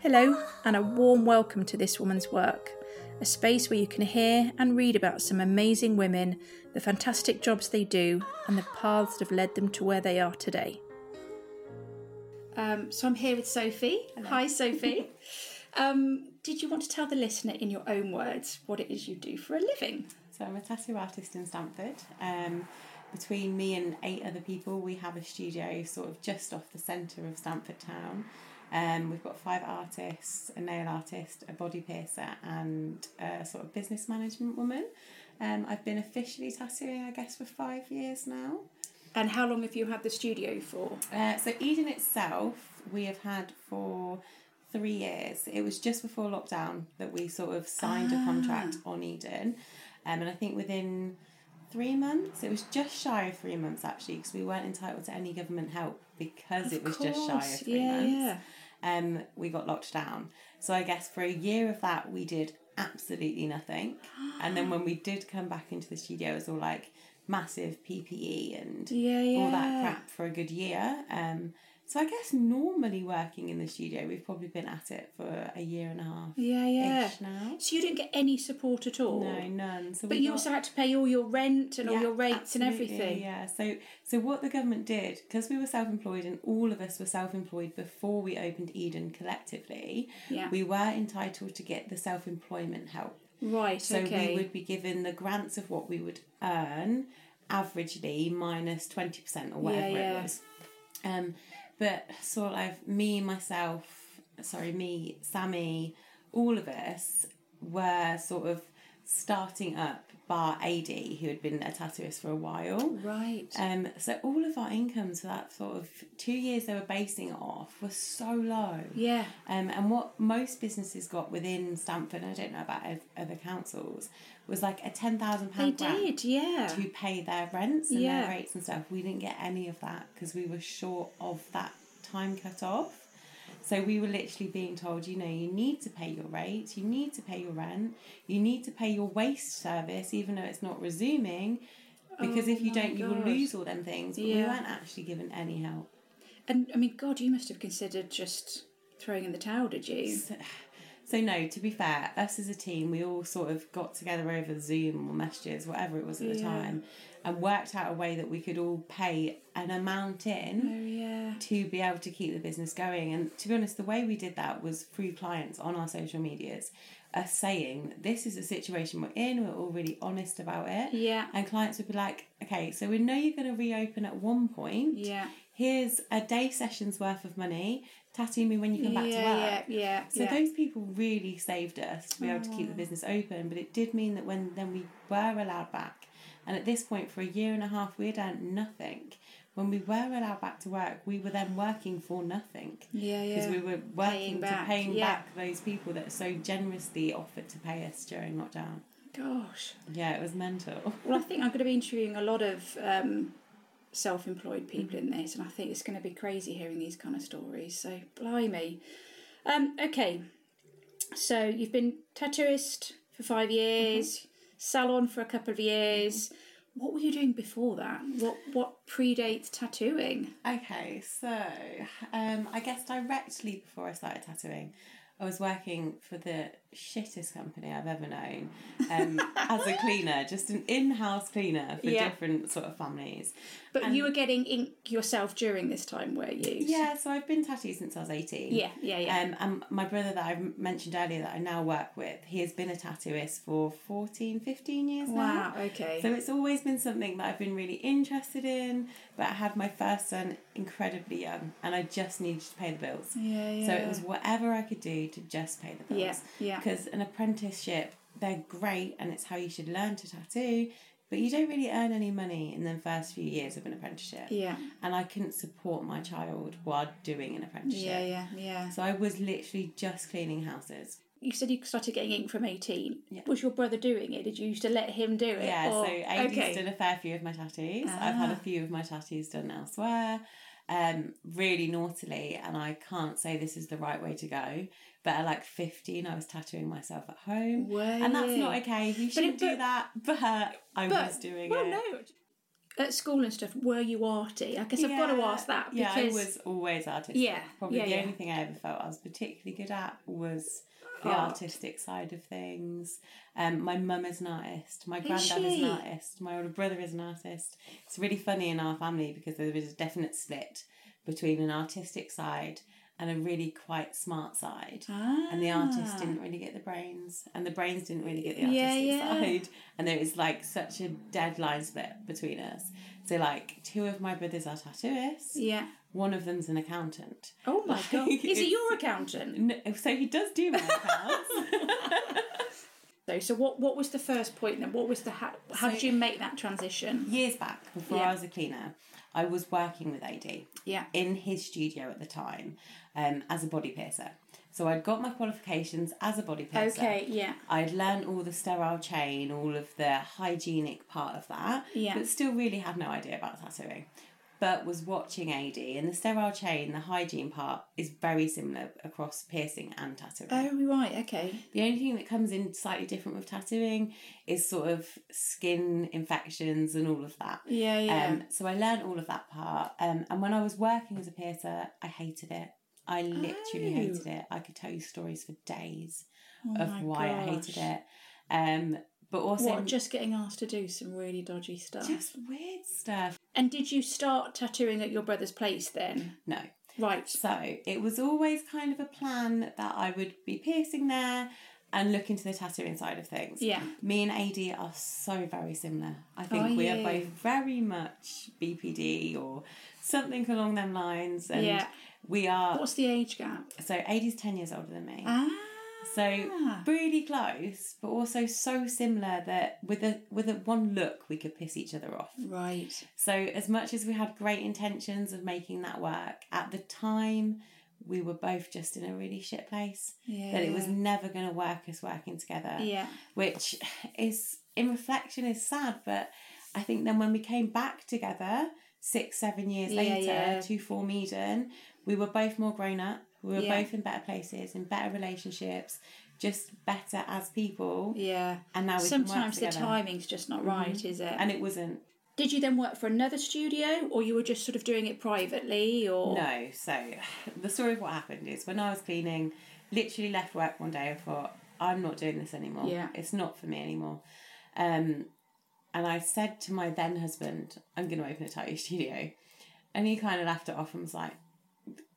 Hello, and a warm welcome to This Woman's Work, a space where you can hear and read about some amazing women, the fantastic jobs they do, and the paths that have led them to where they are today. Um, so I'm here with Sophie. Hi, Sophie. um, did you want to tell the listener in your own words what it is you do for a living? So I'm a tattoo artist in Stamford. Um, between me and eight other people, we have a studio sort of just off the centre of Stamford town. Um, we've got five artists, a nail artist, a body piercer, and a sort of business management woman. Um, I've been officially tattooing, I guess, for five years now. And how long have you had the studio for? Uh, so Eden itself, we have had for three years. It was just before lockdown that we sort of signed Ah. a contract on Eden, um, and I think within three months, it was just shy of three months actually, because we weren't entitled to any government help because it was just shy of three yeah, months yeah. um, we got locked down. So I guess for a year of that, we did absolutely nothing. And then when we did come back into the studio, it was all like massive PPE and Yeah, all that yeah. crap for a good year. Um, so I guess normally working in the studio, we've probably been at it for a year and a half Yeah, yeah. ish now. So you didn't get any support at all? No, none. So But we you got- also had to pay all your rent and all Yeah, your rates and absolutely, everything. Yeah. So so what the government did because we were self-employed and all of us were self-employed before we opened Eden collectively. Yeah. We were entitled to get the self-employment help. Right, So okay. we would be given the grants of what we would earn averagely minus 20% or whatever yeah. it was. Um, but sort of me, myself, sorry, me, Sammy, all of us were sort of starting up bar AD, who had been a tattooist for a while. Right. Um, so all of our incomes for that sort of two years they were basing it off were so low. yeah. Um, and what most businesses got within Stamford, I don't know about ev- other councils, was like a ten thousand They pound grant did, yeah. to pay their rents and Yeah. their rates and stuff. We didn't get any of that because we were short of that time cut off. So we were literally being told, you know, you need to pay your rates, you need to pay your rent, you need to pay your waste service, even though it's not resuming, because Oh if you my don't, you will God. lose all them things. But we Yeah. weren't actually given any help. And I mean, God, you must have considered just throwing in the towel, did you? So no, to be fair, us as a team, we all sort of got together over Zoom or messages, whatever it was at the Yeah. time, and worked out a way that we could all pay an amount in Oh, yeah. to be able to keep the business going. And to be honest, the way we did that was through clients on our social medias, us saying this is the situation we're in. We're all really honest about it. Yeah. And clients would be like, okay, so we know you're going to reopen at one point. Yeah. Here's a day session's worth of money. Tattoo me when you come back to yeah, work. yeah, yeah, So yeah. Oh. those people really saved us to be able to keep the business open, but it did mean that when then we were allowed back, and at this point for a year and a half we had earned nothing. When we were allowed back to work, we were then working for nothing yeah, because yeah. we were Paying working back, to paying yeah. back those people that so generously offered to pay us during lockdown. Gosh. Yeah, it was mental. Well, I think I'm going to be interviewing a lot of um, self employed people Mm-hmm. in this, and I think it's going to be crazy hearing these kind of stories. So, blimey. Um, okay, so you've been tattooist for five years, Mm-hmm. salon for a couple of years. What were you doing before that? What what predates tattooing? Okay, so um, I guess directly before I started tattooing, I was working for the shittest company I've ever known um, as a cleaner, just an in house cleaner for Yeah. different sort of families. But you were getting ink yourself during this time, were you? Um, Yeah, so I've been tattooed since I was 18. Yeah, yeah, yeah. Um, and my brother that I mentioned earlier that I now work with, he has been a tattooist for 14, 15 years now. wow, okay. So it's always been something that I've been really interested in, but I had my first son incredibly young and I just needed to pay the bills. yeah, yeah. So it was whatever I could do to just pay the bills. Yeah, yeah. Because an apprenticeship, they're great and it's how you should learn to tattoo, but you don't really earn any money in the first few years of an apprenticeship. Yeah, And I couldn't support my child while doing an apprenticeship. yeah, yeah, yeah. So I was literally just cleaning houses. you said you started getting ink from 18. Yeah. Was your brother doing it? Did you used to let him do it? Yeah, Or- Ah. so Amy's done a fair few of my tattoos. I've had a few of my tattoos done elsewhere, um, really naughtily, and I can't say this is the right way to go. But at like 15, I was tattooing myself at home. Were And that's you? not okay. You shouldn't do but- that, but I But, was doing well, it. no. at school and stuff, were you arty? I guess I've got to Yeah, ask that Yeah, because I was always artistic. Yeah, Probably yeah, the yeah. only thing I ever felt I was particularly good at was the Art. artistic side of things. Um, my mum is an artist. My granddad is she? an artist. My older brother is an artist. It's really funny in our family because there is a definite split between an artistic side and a really quite smart side. And the artist Ah. didn't really get the brains, and the brains didn't really get the Yeah, artistic yeah. side. And there was like such a deadline split between us. So, like, two of my brothers are tattooists, Yeah. one of them's an accountant. Oh my god. Like, Is it it's- your accountant? No, so he does do my accounts. So, so what what was the first point then? What was the how, how So- did you make that transition? Years back, before Yeah. I was a cleaner, I was working with AD Yeah. in his studio at the time um, as a body piercer. So I'd got my qualifications as a body piercer. Okay, yeah. I'd learned all the sterile chain, all of the hygienic part of that, Yeah. but still really had no idea about tattooing. But was watching AD, and the sterile chain, the hygiene part, is very similar across piercing and tattooing. Oh right, okay. The only thing that comes in slightly different with tattooing is sort of skin infections and all of that. Yeah, yeah. Um, so I learned all of that part. Um, and when I was working as a piercer, I hated it. I literally Oh. hated it. I could tell you stories for days Oh of my why I hated gosh. it. Um, but also What, just getting asked to do some really dodgy stuff. just weird stuff. And did you start tattooing at your brother's place then? No. Right. So it was always kind of a plan that I would be piercing there and look into the tattooing side of things. Yeah. Me and AD are so very similar. I think Are we are you? both very much BPD or something along them lines. And Yeah. we are. What's the age gap? So AD's 10 years older than me. Ah. So really close, but also so similar that with a with a one look we could piss each other off. Right. So as much as we had great intentions of making that work, at the time we were both just in a really shit place. Yeah. That it was never gonna work us working together Yeah. which is in reflection is sad but i think then when we came back together six seven years Yeah, later yeah. to form eden we were both more grown up we were Yeah. both in better places in better relationships just better as people Yeah. and now we can work Sometimes the together Mm-hmm. timing's just not right, is it? and it wasn't Did you then work for another studio, or you were just sort of doing it privately, or No, so the story of what happened is when I was cleaning, literally left work one day and thought, I'm not doing this anymore. Yeah. It's not for me anymore. Um, and I said to my then husband, I'm going to open a tattoo studio. And he kind of laughed it off and was like,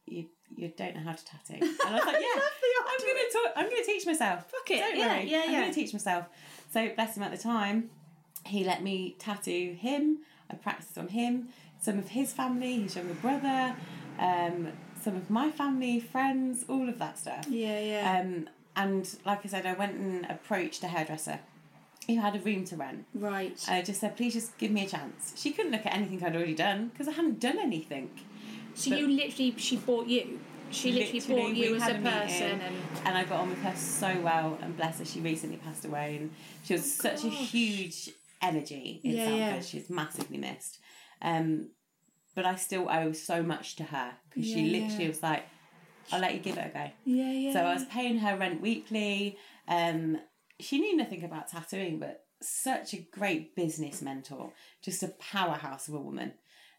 you, you don't know how to tattoo. And I was like, yeah, I'm going to talk, I'm going to teach myself. Fuck it, Don't yeah, worry. yeah, I'm yeah. going to teach myself. So bless him at the time, he let me tattoo him. I practiced on him, some of his family, his younger brother, um, some of my family, friends, all of that stuff. Yeah, yeah, Um, and like I said, I went and approached a hairdresser who had a room to rent. right. And I just said, please just give me a chance. She couldn't look at anything I'd already done because I hadn't done anything. so you literally, she bought you. She literally, Literally, bought we you as had a a meeting. person, and and I got on with her so well and bless her she recently passed away and she was such a Oh, gosh. huge energy in Yeah, Sanford yeah. she's massively missed um but I still owe so much to her because she Yeah, literally yeah. was like I'll let you give it a go yeah, yeah. so I was paying her rent weekly um she knew nothing about tattooing but such a great business mentor just a powerhouse of a woman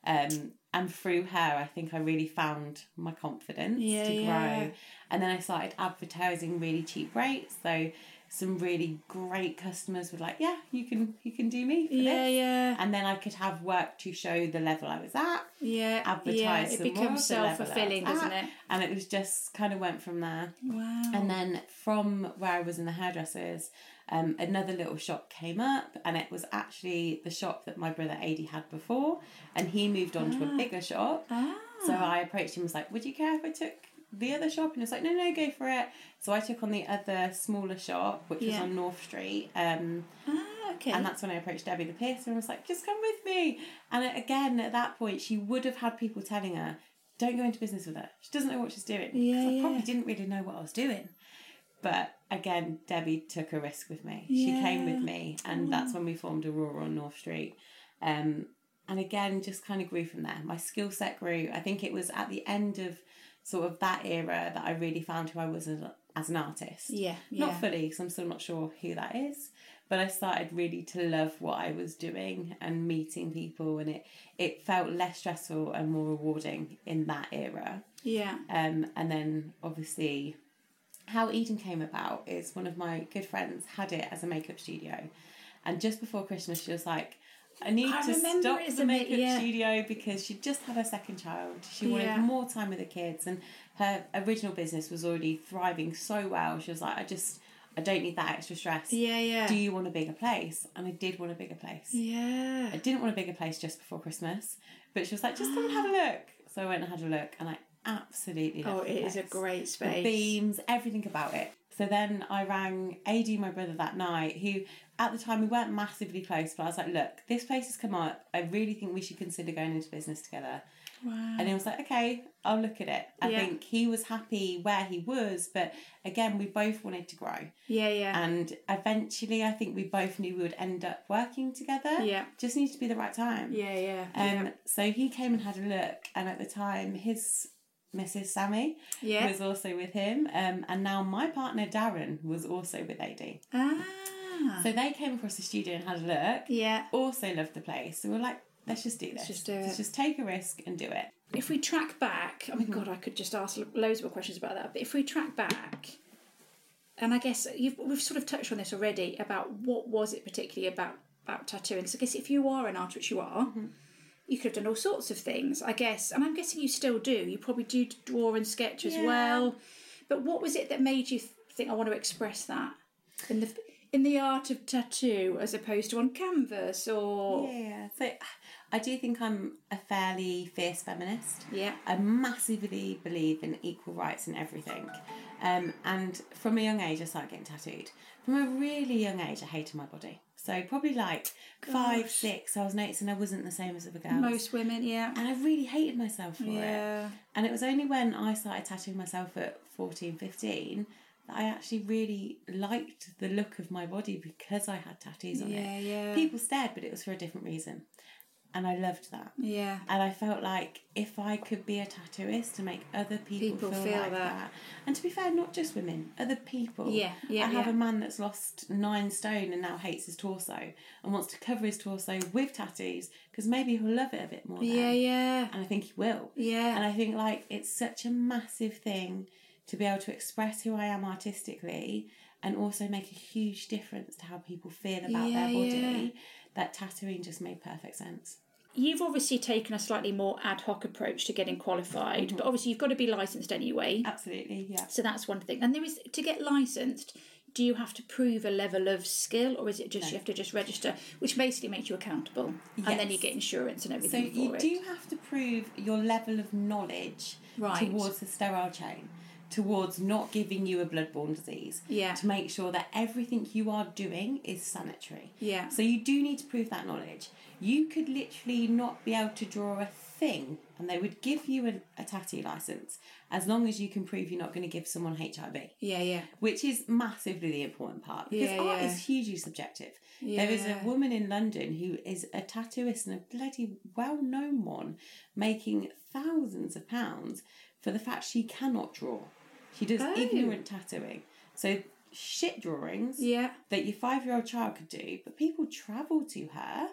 um and through her I think I really found my confidence Yeah, to grow yeah. and then I started advertising really cheap rates. So some really great customers were like, "Yeah, you can you can do me for yeah, this." yeah, And then I could have work to show the level I was at, yeah. advertise yeah, some it more of becomes the level I was self-fulfilling, at. doesn't it? and it was just kind of went from there. Wow. And then from where I was in the hairdressers, um, another little shop came up, and it was actually the shop that my brother Adi had before, and he moved on to Ah. a bigger shop. ah, So I approached him and was like, Would you care if I took the other shop? And he was like, No, no, go for it. So I took on the other smaller shop, which was Yeah. on North Street. Um, ah, okay. and that's when I approached Debbie the piercer and was like, Just come with me. And again, at that point, she would have had people telling her, Don't go into business with her. She doesn't know what she's doing. 'Cause Yeah, I yeah. probably didn't really know what I was doing. But again, Debbie took a risk with me. She came with Yeah. Mm. me, and that's when we formed Aurora on North Street. Um, and again, just kind of grew from there. My skill set grew. I think it was at the end of sort of that era that I really found who I was as a, as an artist. Yeah. Not fully, because I'm still not sure who that is. But I started really to love what I was doing and meeting people, and it it felt less stressful and more rewarding in that era. Yeah. Um, and then obviously, how Eden came about is one of my good friends had it as a makeup studio, and just before Christmas, she was like, "I need I to remember stop it as the a bit, makeup yeah. studio because she just had her second child. She wanted Yeah. more time with the kids, and her original business was already thriving so well. She was like, "I just, I don't need that extra stress. Yeah. Yeah. Do you want a bigger place?" And I did want a bigger place. yeah. I didn't want a bigger place just before Christmas, but she was like, just come and have a look. So I went and had a look, and I absolutely Oh, loved the it is a place. great The space. beams, everything about it. So then I rang AD, my brother, that night, who at the time we weren't massively close, but I was like, look, this place has come up. I really think we should consider going into business together. Wow. And he was like, okay, I'll look at it. I Mm. Yeah. think he was happy where he was, but again, we both wanted to grow. yeah. Yeah. And eventually, I think we both knew we would end up working together. Yeah. Just needed to be the right time. yeah. Yeah. Um, So he came and had a look, and at the time, his Mrs. Sammy yeah. was also with him, um, and now my partner Darren was also with AD. ah. So they came across the studio and had a look, yeah. also loved the place. So we were like, let's just do this. Let's just do it. just take a risk and do it. If we track back, oh my god, I could just ask lo- loads more questions about that. But if we track back, and I guess you've, we've sort of touched on this already about what was it particularly about about tattooing. So I guess if you are an artist, which you are, you could have done all sorts of things. I guess, and I'm guessing you still do. You probably do draw and sketch as Yeah. well. But what was it that made you think I want to express that in the in the art of tattoo as opposed to on canvas or Yeah. So I do think I'm a fairly fierce feminist. yeah, I massively believe in equal rights and everything. Um, and from a young age, I started getting tattooed. From a really young age, I hated my body. So probably like five, Gosh. six, I was noticing I wasn't the same as other girls. most women, yeah, And I really hated myself for it. yeah. And it was only when I started tattooing myself at 14, 15 that I actually really liked the look of my body because I had tattoos on Yeah, it. yeah. People stared, but it was for a different reason. And I loved that. yeah. And I felt like if I could be a tattooist to make other people, People feel, feel like that. that. And to be fair, not just women, other people. Yeah, yeah, I have yeah. a man that's lost nine stone and now hates his torso and wants to cover his torso with tattoos because maybe he'll love it a bit more. then. Yeah, yeah. And I think he will. Yeah. And I think like it's such a massive thing to be able to express who I am artistically and also make a huge difference to how people feel about Yeah, their yeah. body. That tattooing just made perfect sense. You've obviously taken a slightly more ad hoc approach to getting qualified, but obviously you've got to be licensed anyway. Absolutely, yeah. So that's one thing. And there is to get licensed, do you have to prove a level of skill or is it just you have to just register, which basically makes you accountable and then you Yes. get insurance and So everything for you it. do have to prove your level of knowledge Right. towards the sterile chain, towards not giving you a bloodborne disease. Yeah. To make sure that everything you are doing is sanitary. Yeah. So you do need to prove that knowledge. You could literally not be able to draw a thing and they would give you a, a tattoo license as long as you can prove you're not going to give someone HIV yeah, yeah. which is massively the important part because Yeah, art yeah. is hugely subjective. There is a Yeah. woman in London who is a tattooist and a bloody well known one making thousands of pounds for the fact she cannot draw. She does Oh. ignorant tattooing. So shit drawings Yeah. that your five year old child could do, but people travel to her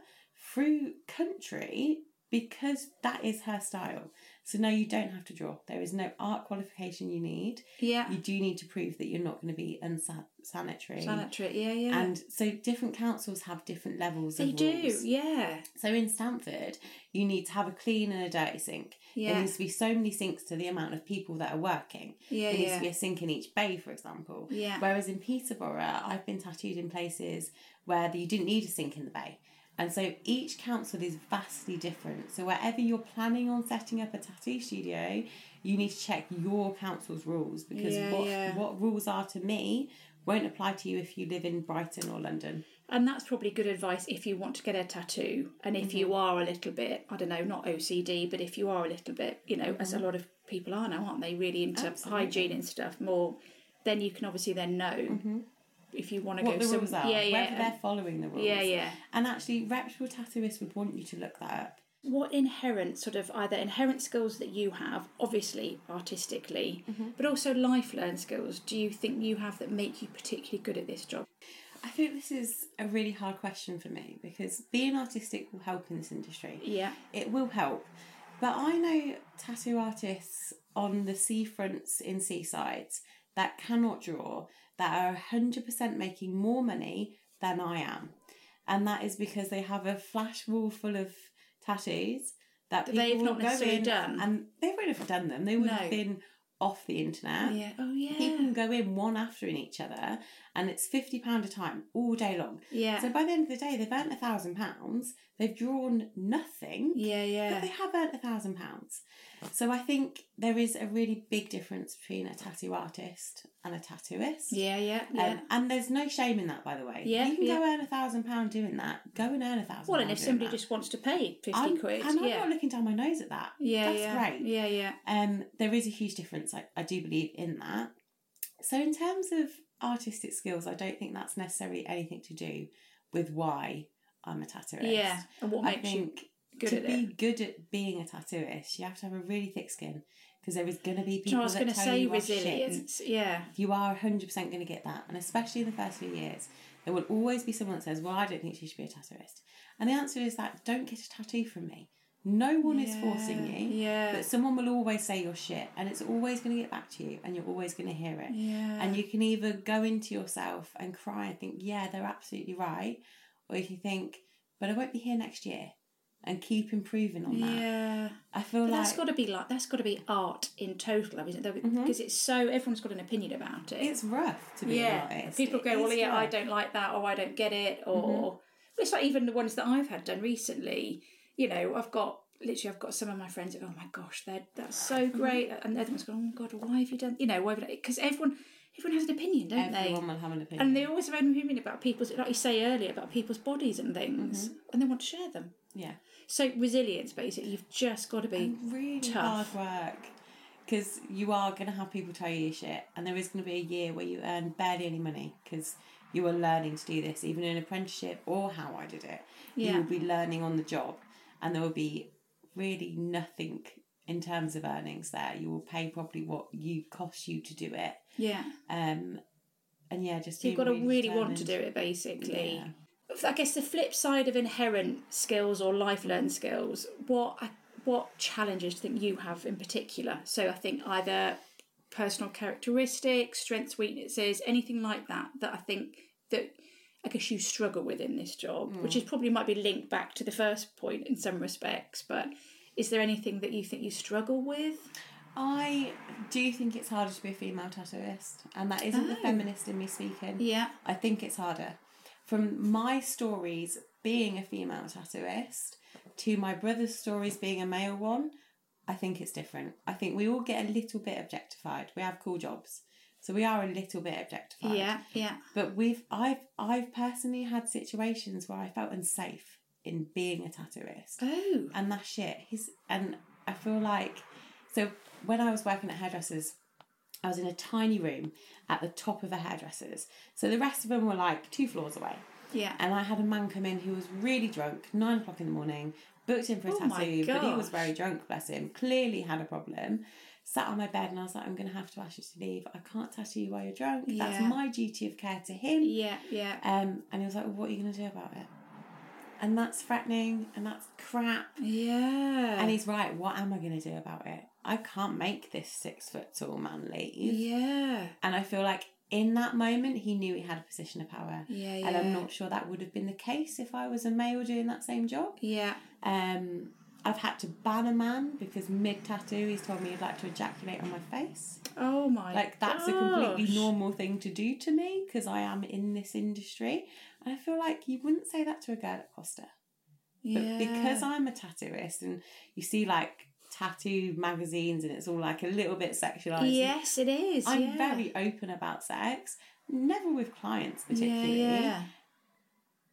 through country because that is her style. So no, you don't have to draw. There is no art qualification you need Yeah. you do need to prove that you're not going to be unsanitary. Sanitary, yeah, yeah. And so different councils have different levels they of do, rules. yeah. So in Stanford, you need to have a clean and a dirty sink. Yeah. There needs to be so many sinks to the amount of people that are working. Yeah, there needs yeah. to be a sink in each bay, for example. Yeah. Whereas in Peterborough, I've been tattooed in places where you didn't need a sink in the bay. And so each council is vastly different. So wherever you're planning on setting up a tattoo studio, you need to check your council's rules because Yeah, what, yeah. what rules are to me won't apply to you if you live in Brighton or London. And that's probably good advice if you want to get a tattoo and if Mm-hmm. you are a little bit, I don't know, not OCD, but if you are a little bit, you know, as a lot of people are now, aren't they, really into Mm-hmm. Absolutely. hygiene and stuff more, then you can obviously then know if you want to Mm-hmm. What go the some, rules are, Yeah, yeah. whether they're following the rules. yeah, yeah. And actually, reputable tattooists would want you to look that up. what inherent sort of either inherent skills that you have, obviously artistically, Mm-hmm. but also life learned skills do you think you have that make you particularly good at this job? I think this is a really hard question for me because being artistic will help in this industry. Yeah. It will help. But I know tattoo artists on the seafronts in seasides that cannot draw that are 100% making more money than I am. And that is because they have a flash wall full of tattoos that That they've people not go necessarily in done. And they wouldn't have done them. They would No. have been off the internet. Yeah. Oh People yeah. can go in one after in each other, and it's fifty pound a time all day long. Yeah. So by the end of the day, they've earned a thousand pounds. They've drawn nothing, yeah, but yeah. they have earned a thousand pounds. So I think there is a really big difference between a tattoo artist and a tattooist. Yeah, yeah, Um, yeah. and there's no shame in that, by the way. Yeah, you can go yeah. earn a thousand pound doing that. Go and earn a thousand. well, and if somebody just wants to pay 50 I'm, quid, and I'm yeah. not looking down my nose at that. yeah, that's yeah. great. Yeah, yeah. Um, there is a huge difference. I, I do believe in that. So in terms of artistic skills, I don't think that's necessarily anything to do with why I'm a tattooist. Yeah. And what I makes you think good to at be it? good at being a tattooist, you have to have a really thick skin because there is going to be Do you know, people I was that going to tell say you off shit. resilience. Yeah. You are 100% going to get that. And especially in the first few years, there will always be someone that says, Well, I don't think she should be a tattooist. And the answer is that don't get a tattoo from me. No one is forcing Yeah, you. Yeah. But someone will always say your shit, and it's always going to get back to you, and you're always going to hear it. Yeah. And you can either go into yourself and cry and think, yeah, they're absolutely right, or you can think, but I won't be here next year, and keep improving on that. Yeah. I feel But like that's got to be like that's got to be art in total, isn't it? Because Mhm. it's so everyone's got an opinion about it. it's rough to be yeah. honest. People It go, well, is Mm-hmm. yeah, I rough. don't like that, or I don't get it, or Well, it's like even the ones that I've had done recently. You know, I've got literally, I've got some of my friends. that go, Oh my gosh, that that's so Mm-hmm. great, and the other one's going, Oh my god, why have you done? You know, why? Because everyone, everyone has an opinion, don't they? Everyone will have an opinion. And they always have an opinion about people's, like you say earlier, about people's bodies and things, Mm-hmm. and they want to share them. yeah. So resilience, basically, you've just got to be. really tough. hard work because you are going to have people tell you shit and there is going to be a year where you earn barely any money because you are learning to do this even in an apprenticeship or how i did it you Yeah. will be learning on the job and there will be really nothing in terms of earnings there you will pay probably what you cost you to do it yeah. um and yeah just So you've got being to really want to do determined. it, basically. yeah. I guess the flip side of inherent skills or life learned skills, what uh, what challenges do you think you have in particular? So I think either personal characteristics, strengths, weaknesses, anything like that that I think that I guess you struggle with in this job, which is probably might be linked back to the first point in some respects, but is there anything that you think you struggle with? i do think it's harder to be a female tattooist and that isn't the Oh. feminist in me speaking Yeah. I think it's harder. From my stories being a female tattooist to my brother's stories being a male one, I think it's different. I think we all get a little bit objectified. We have cool jobs. So we are a little bit objectified. Yeah, yeah. But we've I've I've personally had situations where I felt unsafe in being a tattooist Oh. and that shit. He's and I feel like so when I was working at hairdressers, I was in a tiny room at the top of a hairdresser's. So the rest of them were like two floors away, Yeah. and I had a man come in who was really drunk, nine o'clock in the morning, booked in for a Oh my tattoo, but he was gosh. very drunk. Bless him, clearly had a problem. Sat on my bed and I was like, I'm going to have to ask you to leave. I can't tattoo you while you're drunk. That's Yeah. my duty of care to him. Yeah, yeah. Um, and he was like, well, What are you going to do about it? And that's threatening and that's crap. Yeah. And he's right, what am I going to do about it? I can't make this six foot tall man leave. Yeah. And I feel like in that moment, he knew he had a position of power. Yeah, yeah. And I'm not sure that would have been the case if I was a male doing that same job. Yeah. Um, I've had to ban a man because mid tattoo, he's told me he'd like to ejaculate on my face. Oh my. Like, that's a gosh. completely normal thing to do to me because I am in this industry. And I feel like you wouldn't say that to a girl at Costa. But Yeah. because I'm a tattooist and you see like tattoo magazines and it's all like a little bit sexualized. yes, it is. I'm yeah. very open about sex, never with clients yeah, particularly. yeah.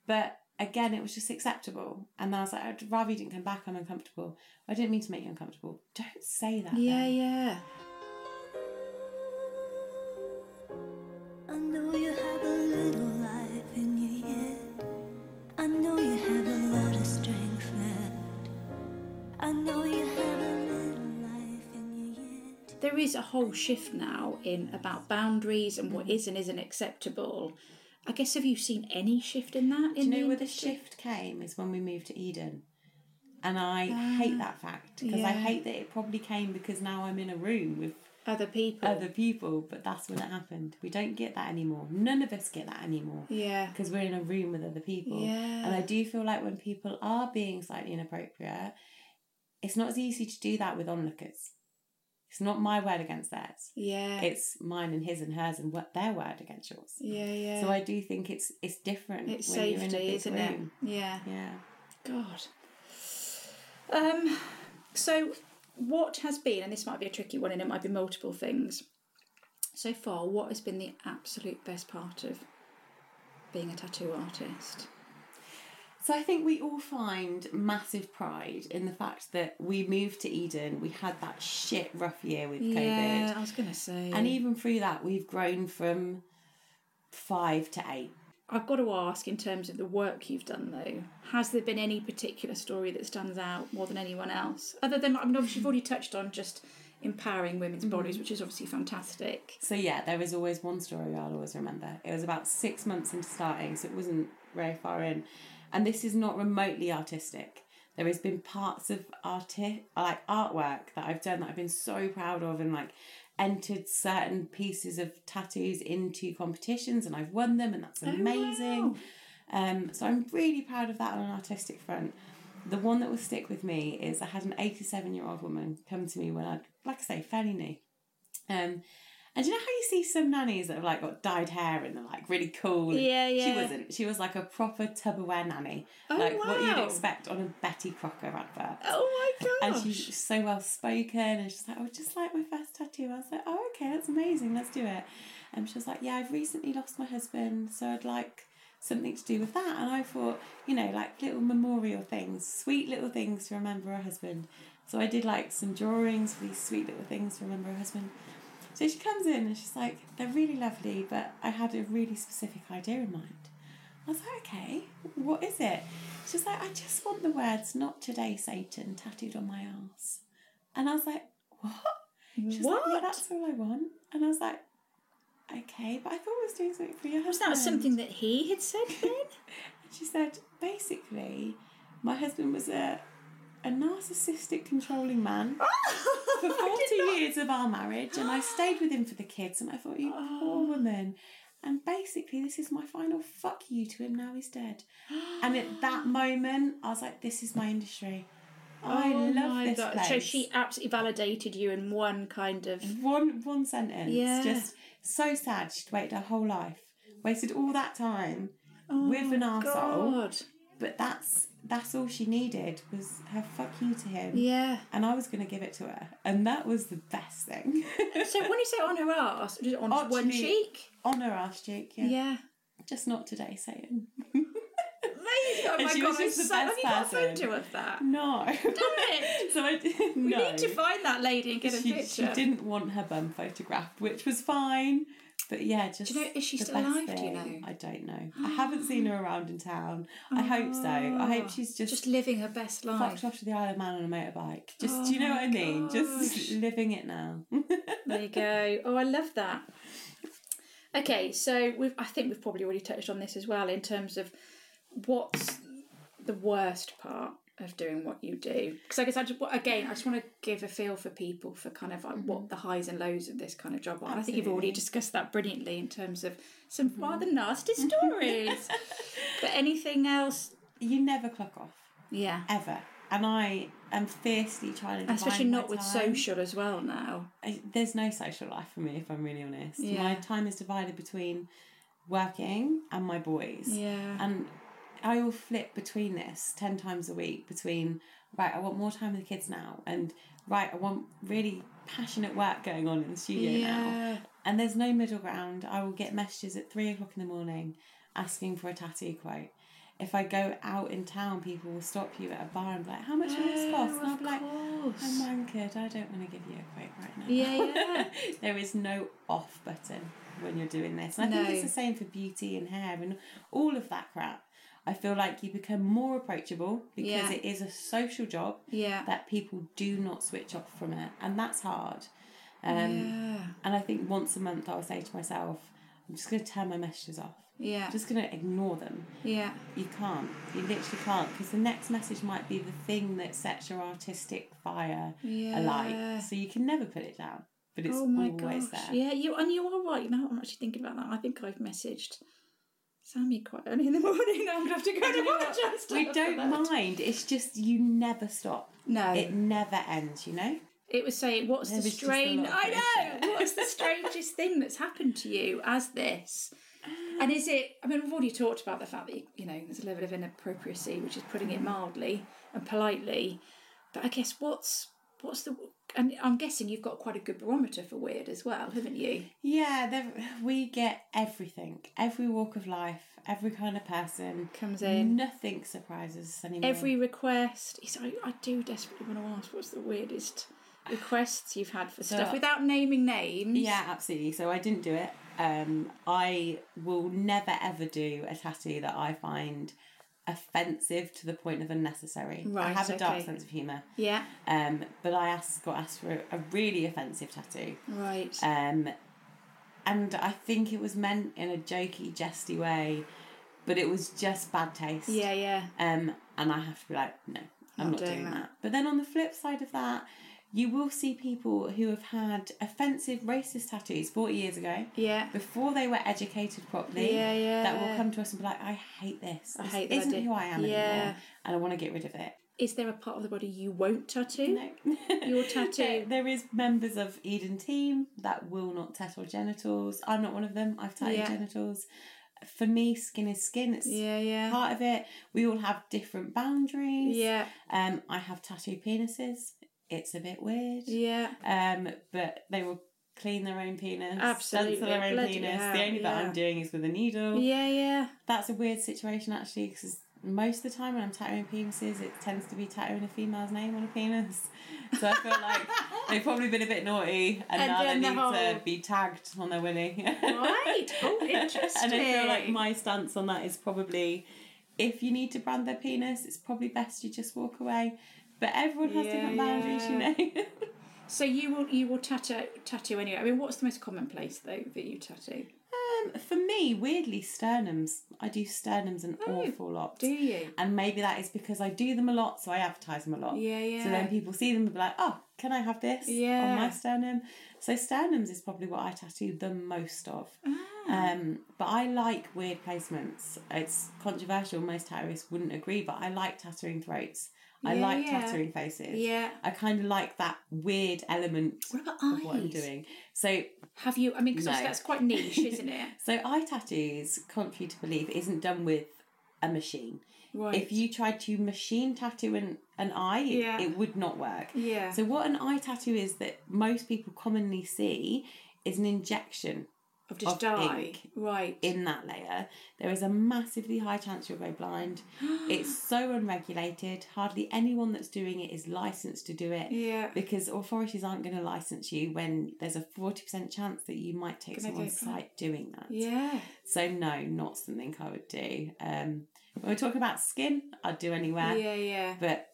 But again, it was just acceptable. And I was like, I'd rather you didn't come back, I'm uncomfortable. I didn't mean to make you uncomfortable. Don't say that. Yeah, then. yeah. I know you have a little life in you yet. I know you have a lot of strength left. there is a whole shift now in about boundaries and Mm. what is and isn't acceptable. I guess have you seen any shift in that? Do in you know where the industry? shift came is when we moved to Eden. And I hate that fact because I Ah, yeah. hate that it probably came because now I'm in a room with Other people. other people, but that's when it happened. We don't get that anymore. None of us get that anymore yeah. because we're in a room with other people. Yeah. And I do feel like when people are being slightly inappropriate, it's not as easy to do that with onlookers. It's not my word against theirs. Yeah. It's mine and his and hers and what their word against yours. yeah. Yeah. So I do think it's it's different it's when you're in a safety, big isn't room. it? Yeah. Yeah. God. Um, so, what has been, and this might be a tricky one and it might be multiple things, so far, what has been the absolute best part of being a tattoo artist? So I think we all find massive pride in the fact that we moved to Eden. We had that shit rough year with Yeah, COVID, I was going to say. and even through that, we've grown from five to eight. I've got to ask, in terms of the work you've done, though, has there been any particular story that stands out more than anyone else? Other than, I mean, obviously, you've already touched on just empowering women's bodies, which is obviously fantastic. So yeah, there is always one story I'll always remember. It was about six months into starting, so it wasn't very far in, and this is not remotely artistic. There has been parts of arti- like artwork that I've done that I've been so proud of, and like entered certain pieces of tattoos into competitions, and I've won them, and that's amazing. wow. Um, so I'm really proud of that on an artistic front. The one that will stick with me is I had an 87 year old woman come to me when I, like I say, fairly new. Um, and do you know how you see some nannies that have like got dyed hair and they're like really cool? and Yeah, She yeah. wasn't. She was like a proper Tupperware nanny, Oh, like what you'd wow. expect on a Betty Crocker advert. Oh my And gosh! she's so well spoken, and she's like, "Oh, just like my first tattoo." I was like, "Oh, okay, that's amazing. Let's do it." And she was like, "Yeah, I've recently lost my husband, so I'd like something to do with that." And I thought, you know, like little memorial things, sweet little things to remember her husband. So I did like some drawings for these sweet little things to remember her husband. So she comes in and she's like, "They're really lovely, but I had a really specific idea in mind." I was like, okay, what is it? She's like, I just want the words "Not today, Satan" tattooed on my arse. And I was like, what? She's like, yeah, what? that's all I want. And I was like, okay, but I thought I was doing something for your Was husband. that something that he had said then? She said, basically, my husband was a a narcissistic, controlling man for 40 years of our marriage, and I stayed with him for the kids. And I thought, you Oh. poor woman. And basically, this is my final fuck you to him. Now he's dead. And at that moment, I was like, this is my industry. I Oh love my this God. place. So she absolutely validated you in one kind of. one one sentence. Yeah. Just so sad. She'd waited her whole life, wasted all that time Oh with an arsehole. God. But that's that's all she needed was her fuck you to him. Yeah. And I was gonna give it to her. And that was the best thing. So when you say on her ass, just on Actually- one cheek? On her ass cheek, yeah. Yeah. Just not today, Satan. Amazing. Oh And my she was God. I'm just the so, have you best got a person. photo of that? No. it. so I did We no. need to find that lady and get a she, she picture. didn't want her bum photographed, which was fine. But yeah, just know- is she the still best alive, do you thing. know? I don't know. I haven't seen her around in town. I hope so. I hope she's just, Ah. Just living her best fucked life. off to the Isle of Man on a motorbike. Just Oh do you know my what I mean? gosh. Just living it now. There you go. Oh, I love that. Okay, so we've I think we've probably already touched on this as well in terms of what's the worst part of doing what you do. Because I guess I just wa- again I just want to give a feel for people for kind of like what the highs and lows of this kind of job are. And I think you've already Mm-hmm. Absolutely. Mm-hmm. discussed that brilliantly in terms of some rather nasty stories. but anything else? you never clock off. Yeah. Ever. And I am fiercely trying to And Especially divide my not with time. social as well now. I, there's no social life for me if I'm really honest. Yeah. My time is divided between working and my boys. Yeah. And I will flip between this 10 times a week between, right, I want more time with the kids now, and right, I want really passionate work going on in the studio now. Yeah. And there's no middle ground. I will get messages at three o'clock in the morning asking for a tattoo quote. If I go out in town, people will stop you at a bar and be like, How much will this cost? And I'll be like, Oh, of course. I'm anchored. I don't want to give you a quote right now. Yeah, yeah. there is no off button when you're doing this. And I think No. it's the same for beauty and hair and all of that crap. I feel like you become more approachable because Yeah. it is a social job Yeah. that people do not switch off from it. And that's hard. Um, yeah. And I think once a month I'll say to myself, I'm just going to turn my messages off. Yeah. I'm just going to ignore them. yeah. You can't. You literally can't because the next message might be the thing that sets your artistic fire Yeah. alight. So you can never put it down, but it's oh my always gosh. there. Yeah, you and you are right. Now I'm actually thinking about that. I think I've messaged Sammy quite early in the morning. I'm gonna have to go to watch and stuff We for don't that. mind. It's just you never stop. No. It never ends, you know? It was saying, "What's There the was just a strange? lot of I know. pressure. What's the strangest thing that's happened to you as this?" And is it? I mean, we've already talked about the fact that you know there's a level of inappropriacy, which is putting it mildly and politely. But I guess what's what's the? And I'm guessing you've got quite a good barometer for weird as well, haven't you? Yeah, there- we get everything. Every walk of life, every kind of person. Comes in. Nothing surprises us anymore. Every request is. I, I do desperately want to ask, what's the weirdest requests you've had for stuff I- without naming names? Yeah, absolutely. So I didn't do it. Um, I will never ever do a tattoo that I find offensive to the point of unnecessary. I Right, have a dark okay. sense of humour. Yeah. Um, but I asked got asked for a, a really offensive tattoo. Right. Um, and I think it was meant in a jokey, jesty way, but it was just bad taste. yeah. Yeah. Um, and I have to be like, no, Not I'm not, doing doing, that. that. But then on the flip side of that, you will see people who have had offensive racist tattoos 40 years ago Yeah. before they were educated properly Yeah, yeah. that will come to us and be like, I hate this. I This hate the isn't idea." who I am Yeah. anymore and I want to get rid of it. Is there a part of the body you won't tattoo? No. Your tattoo. There- there is members of Eden team that will not tattoo genitals. I'm not one of them. I've tattooed Yeah. genitals. For me, skin is skin. It's Yeah, yeah. part of it. We all have different boundaries. Yeah, Um, I have tattoo penises. It's a bit weird. yeah. Um, but they will clean their own penis, Absolutely. censor their own Bloody penis. hell, the only that yeah. I'm doing is with a needle. Yeah, yeah. That's a weird situation actually, because most of the time when I'm tattooing penises, it tends to be tattooing a female's name on a penis. So I feel like they've probably been a bit naughty, and, And now they done the need whole- to be tagged on their willy. Right. Oh, and I feel like interesting. my stance on that is probably if you need to brand their penis, it's probably best you just walk away. But everyone has different Yeah. boundaries, you know. So you will you will tattoo tattoo anyway. I mean, what's the most commonplace though that you tattoo? um, for me, weirdly, sternums. I do sternums an Oh, awful lot. Do you? And maybe that is because I do them a lot, so I advertise them a lot. Yeah, yeah. So then people see them and be like, oh, can I have this Yeah. on my sternum? So sternums is probably what I tattoo the most of. Ah. Um, but I like weird placements. It's controversial, most tattooists wouldn't agree, but I like tattooing throats. I Yeah, like yeah. tattooing faces. yeah. I kind of like that weird element What about of what I'm eyes? doing. So Have you? I mean, because No. that's quite niche, isn't it? so eye tattoos, contrary to belief, isn't done with a machine. Right. If you tried to machine tattoo an, an eye, it- Yeah. it, would not work. Yeah. So what an eye tattoo is that most people commonly see is an injection of just of dye. ink Right. in that layer. There is a massively high chance you'll go blind. it's so unregulated. Hardly anyone that's doing it is licensed to do it. yeah. Because authorities aren't going to license you when there's a 40% chance that you might take Gonna go someone's blind. sight doing that. Yeah. So no, not something I would do. Um, when we talk about skin, I'd do anywhere, Yeah. Yeah. but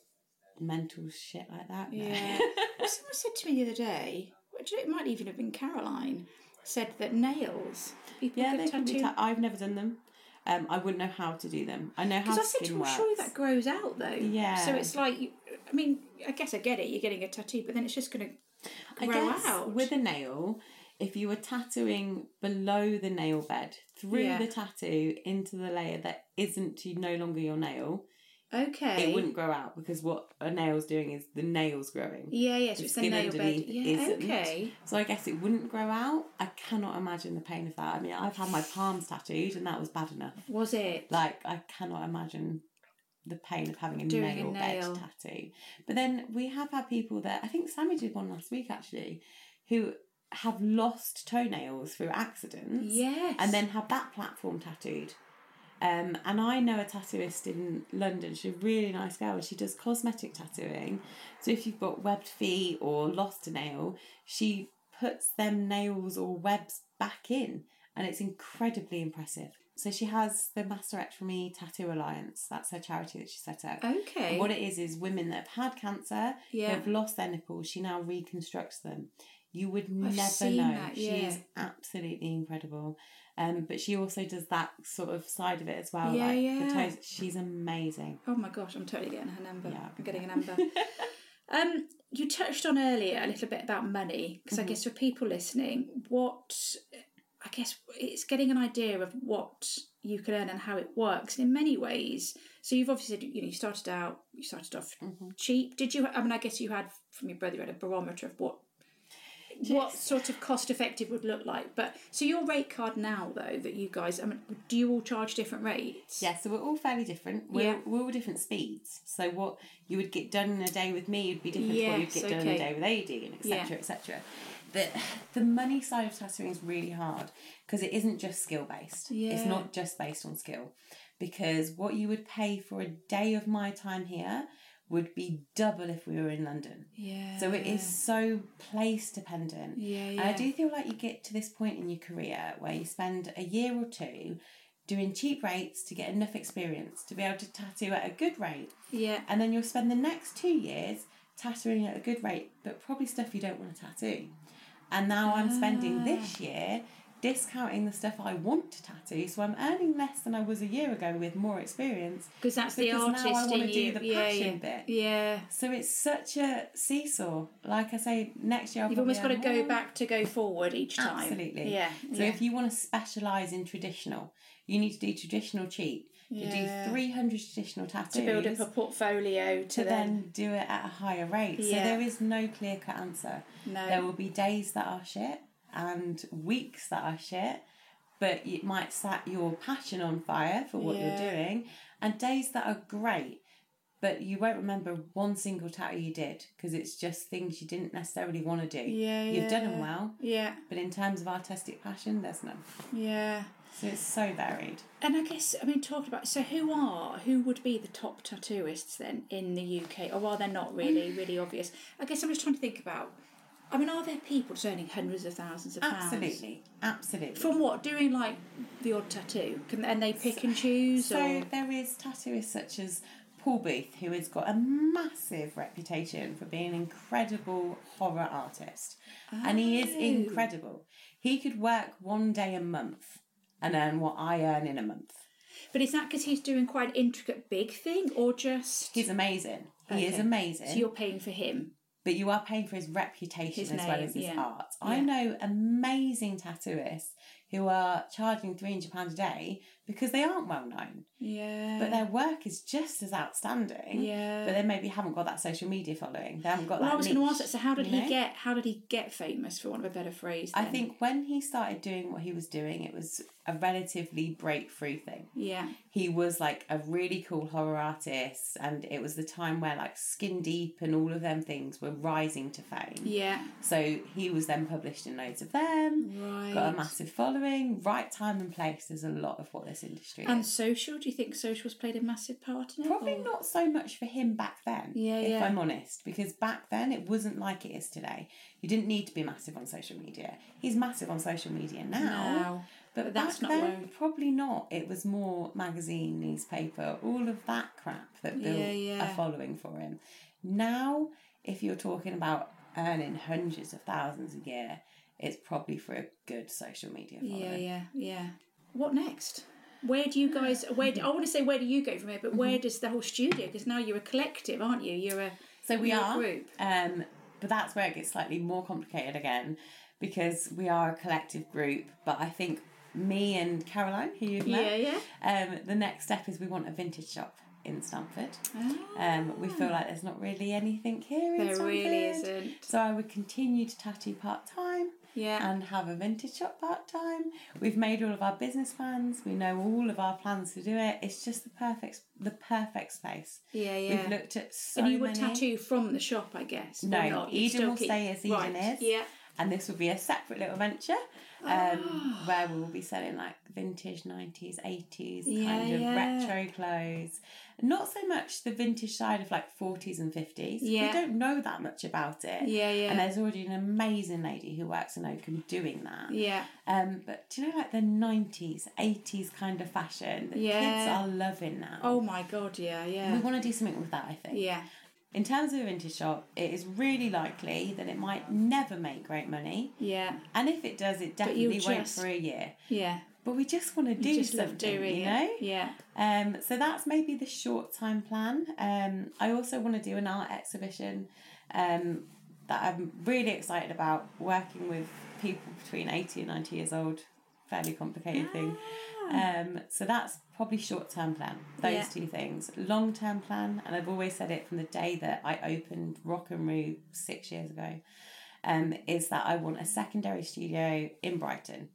mental shit like that. no. Yeah. Well, someone said to me the other day, which it might even have been Caroline, said that nails. People yeah, get they can be. tattooed- Ta- I've never done them. Um, I wouldn't know how to do them. I know how Because I said to skin him, works. surely that grows out though. Yeah. So it's like, you- I mean, I guess I get it. You're getting a tattoo, but then it's just going to I grow guess out. with a nail, if you were tattooing below the nail bed, through Yeah. the tattoo into the layer that isn't you no longer your nail, okay. it wouldn't grow out because what a nail's doing is the nail's growing. Yeah, yeah. So the it's the skin nail bed. underneath Yeah. isn't. Okay. So I guess it wouldn't grow out. I cannot imagine the pain of that. I mean, I've had my palms tattooed and that was bad enough. Was it? Like, I cannot imagine the pain of having a Doing a nail, nail. bed tattoo. But then we have had people that, I think Sammy did one last week actually, who have lost toenails through accidents yes. and then have that platform tattooed. Um, and I know a tattooist in London. She's a really nice girl, and she does cosmetic tattooing. So if you've got webbed feet or lost a nail, she puts them nails or webs back in, and it's incredibly impressive. So she has the Masterectomy Tattoo Alliance. That's her charity that she set up. Okay. And what it is is women that have had cancer, yeah. they've lost their nipples. She now reconstructs them You would I've never seen know. that, She is yeah. absolutely incredible. Um, but she also does that sort of side of it as well. Yeah, like yeah. the toes. She's amazing. Oh my gosh, I'm totally getting her number. Yeah. I'm getting an number. um, you touched on earlier a little bit about money because Mm-hmm. I guess for people listening, what I guess it's getting an idea of what you can earn and how it works. And in many ways, so you've obviously said you know you started out, you started off Mm-hmm. cheap. Did you? I mean, I guess you had from your brother you had a barometer of what. What Yes. sort of cost effective would look like, but so your rate card now though that you guys, I mean, do you all charge different rates? Yeah, so we're all fairly different. We're, Yeah. we're all different speeds. So what you would get done in a day with me would be different to what you'd Yes, get done in a okay. day with AD and etc. Yeah. etc. The the money side of tattooing is really hard because it isn't just skill based. It's Yeah. not just based on skill. Because what you would pay for a day of my time here would be double if we were in London. yeah. So it is so place dependent. Yeah, And I do feel like you get to this point in your career where you spend a year or two doing cheap rates to get enough experience to be able to tattoo at a good rate. Yeah, And then you'll spend the next two years tattooing at a good rate, but probably stuff you don't want to tattoo. And now I'm Ah. spending this year discounting the stuff I want to tattoo, so I'm earning less than I was a year ago with more experience. because that's the Because now artist I wanna in do you. the yeah, passion yeah. bit. Yeah, So it's such a seesaw. Like I say, next year I'll you've almost got probably to earn go more. back to go forward each time. Absolutely. Yeah. So yeah. if you want to specialise in traditional, you need to do traditional cheap. You Yeah. do 300 traditional tattoos to build up a portfolio to, to then, then do it at a higher rate. So Yeah. there is no clear cut answer. No. There will be days that are shit and weeks that are shit, but it might set your passion on fire for what Yeah. you're doing, and days that are great. But you won't remember one single tattoo you did because it's just things you didn't necessarily want to do. Yeah, You've done yeah. them well, yeah, but in terms of artistic passion, there's none. yeah. So it's so varied. And I guess I mean talking about so who are who would be the top tattooists then in the UK? Or are they not really really obvious? I guess I'm just trying to think about. I mean, are there people just earning hundreds of thousands of pounds? Absolutely, absolutely. From what doing like the odd tattoo, can and they pick and choose? so or there is tattooists such as Paul Booth, who has got a massive reputation for being an incredible horror artist, and he is Oh. incredible. He could work one day a month and earn what I earn in a month. But is that because he's doing quite an intricate big thing, or just He's amazing. He is Okay. amazing. so you're paying for him? but you are paying for his reputation His as well name, as his yeah. art. I Yeah. know amazing tattooists who are charging three hundred pounds a day because they aren't well known. Yeah. but their work is just as outstanding. Yeah. But they maybe haven't got that social media following. They haven't got well, that. I was going to niche, ask that. So how did you he know? get? How did he get famous, for want of a better phrase? I then? think when he started doing what he was doing, it was a relatively breakthrough thing. Yeah. He was like a really cool horror artist, and it was the time where like Skin Deep and all of them things were rising to fame. Yeah. So he was then published in loads of them. Got a Right. massive following. Right time and place is a lot of what this industry And is. social? Do you think social's played a massive part in it? Probably or- not so much for him back then, Mm-hmm. Yeah, if yeah. I'm honest, because back then it wasn't like it is today. You didn't need to be massive on social media. He's massive on social media now, No. but, but that's that's not then, where- probably not. It was more magazine, newspaper, all of that crap that built Yeah, yeah. a following for him. Now, if you're talking about earning hundreds of thousands a year, it's probably for a good social media following. Yeah, yeah, yeah. What next? Where do you guys? Where do, I want to say where do you go from here? But Mm-hmm. where does the whole studio? Because now you're a collective, aren't you? You're a So we Your are. group. Um, but that's where it gets slightly more complicated again because we are a collective group. But I think me and Caroline, who you've yeah, met, yeah. um, the next step is we want a vintage shop in Stamford. Um, we feel like there's not really anything here in Ah. There Stamford. really isn't. So I would continue to tattoo part time Yeah. and have a vintage shop part time. We've made all of our business plans. We know all of our plans to do it. It's just the perfect the perfect space. yeah, yeah. We've looked at so and you would many. tattoo from the shop, I guess. or No, not. You'd Eden still will keep- stay as right. Eden is. Yeah. and this will be a separate little venture um, Ah. where we will be selling like vintage 90s 80s kind Yeah, of yeah. retro clothes not so much the vintage side of like 40s and 50s Yeah. we don't know that much about it Yeah, yeah. and there's already an amazing lady who works in Oakham doing that Yeah. um, but do you know like the 90s 80s kind of fashion that Yeah. kids are loving now Oh my god, yeah, yeah. we want to do something with that I think Yeah. In terms of a vintage shop, it is really likely that it might never make great money, Yeah, and if it does, it you'll definitely won't just for a year. yeah. But we just want to do just love something, doing you it. know. Yeah, Um, so that's maybe the short time plan. Um, I also want to do an art exhibition um, that I'm really excited about, working with people between 80 and 90 years old. Fairly Ah. complicated thing. Um, so that's probably short term plan, those Yeah. two things. Long term plan, and I've always said it from the day that I opened Rock and Roo six years ago, um, is that I want a secondary studio in Brighton.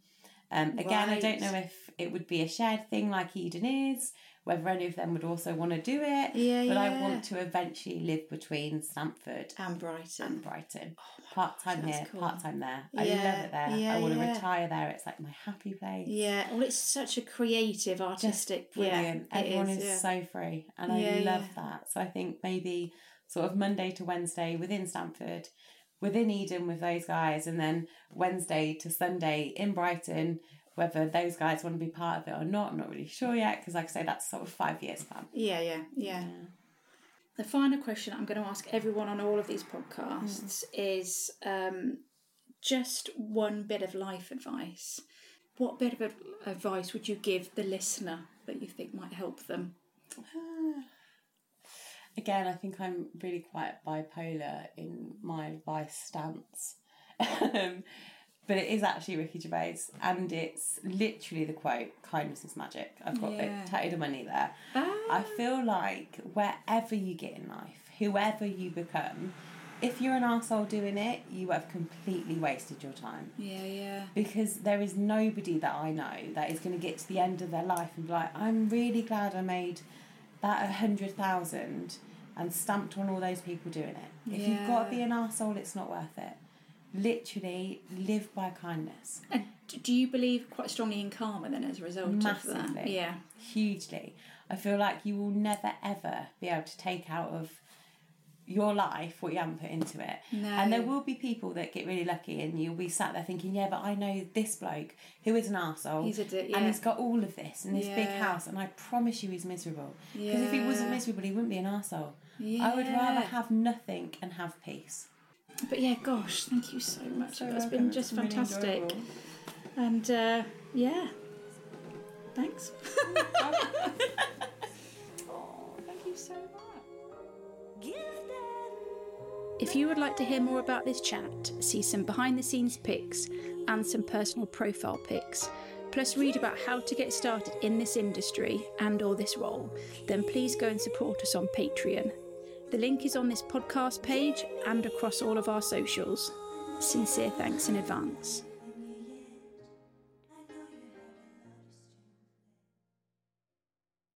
Um, again, I don't Right. know if it would be a shared thing like Eden is, whether any of them would also want to do it. Yeah, but I yeah. want to eventually live between Stamford and Brighton. and Brighton. part time Oh, that's here, cool. part time there. I Yeah, love it there. yeah, I want to yeah. retire there. It's like my happy place. Yeah, well, it's such a creative, artistic. Brilliant. Yeah, it Everyone is, yeah. so free. And I Yeah, love yeah. that. So I think maybe sort of Monday to Wednesday within Stamford, within Eden with those guys, and then Wednesday to Sunday in Brighton. Whether those guys want to be part of it or not, I'm not really sure yet. Because, like I say, that's sort of five years plan. yeah, yeah, yeah. The final question I'm going to ask everyone on all of these podcasts is um, just one bit of life advice. What bit of ad- advice would you give the listener that you think might help them? Again, I think I'm really quite bipolar in my advice stance. um, but it is actually Ricky Gervais, and it's literally the quote kindness is magic. I've got Yeah. it tattooed on my knee there. I feel like wherever you get in life, whoever you become, if you're an arsehole doing it, you have completely wasted your time Yeah, yeah, because there is nobody that I know that is going to get to the end of their life and be like, I'm really glad I made that a hundred thousand and stamped on all those people doing it. If you've got to Yeah. be an arsehole, it's not worth it. Literally, live by kindness And d- do you believe quite strongly in karma then as a result of that? massively, Yeah, hugely. I feel like you will never ever be able to take out of your life what you haven't put into it. No. And there will be people that get really lucky, and you'll be sat there thinking, "Yeah, but I know this bloke who is an arsehole. He's a dick, and yeah. he's got all of this and this big Yeah. house, and I promise you, he's miserable. Because if he wasn't Yeah. miserable, he wouldn't be an arsehole. I would Yeah. rather have nothing and have peace. but yeah, gosh, thank you so much. So That's welcome, been just it's really fantastic. enjoyable. and uh, yeah, thanks. Oh, thank you so much. Give them If you would like to hear more about this chat, see some behind the scenes pics and some personal profile pics, plus read about how to get started in this industry and or this role, then please go and support us on Patreon. The link is on this podcast page and across all of our socials. Sincere thanks in advance.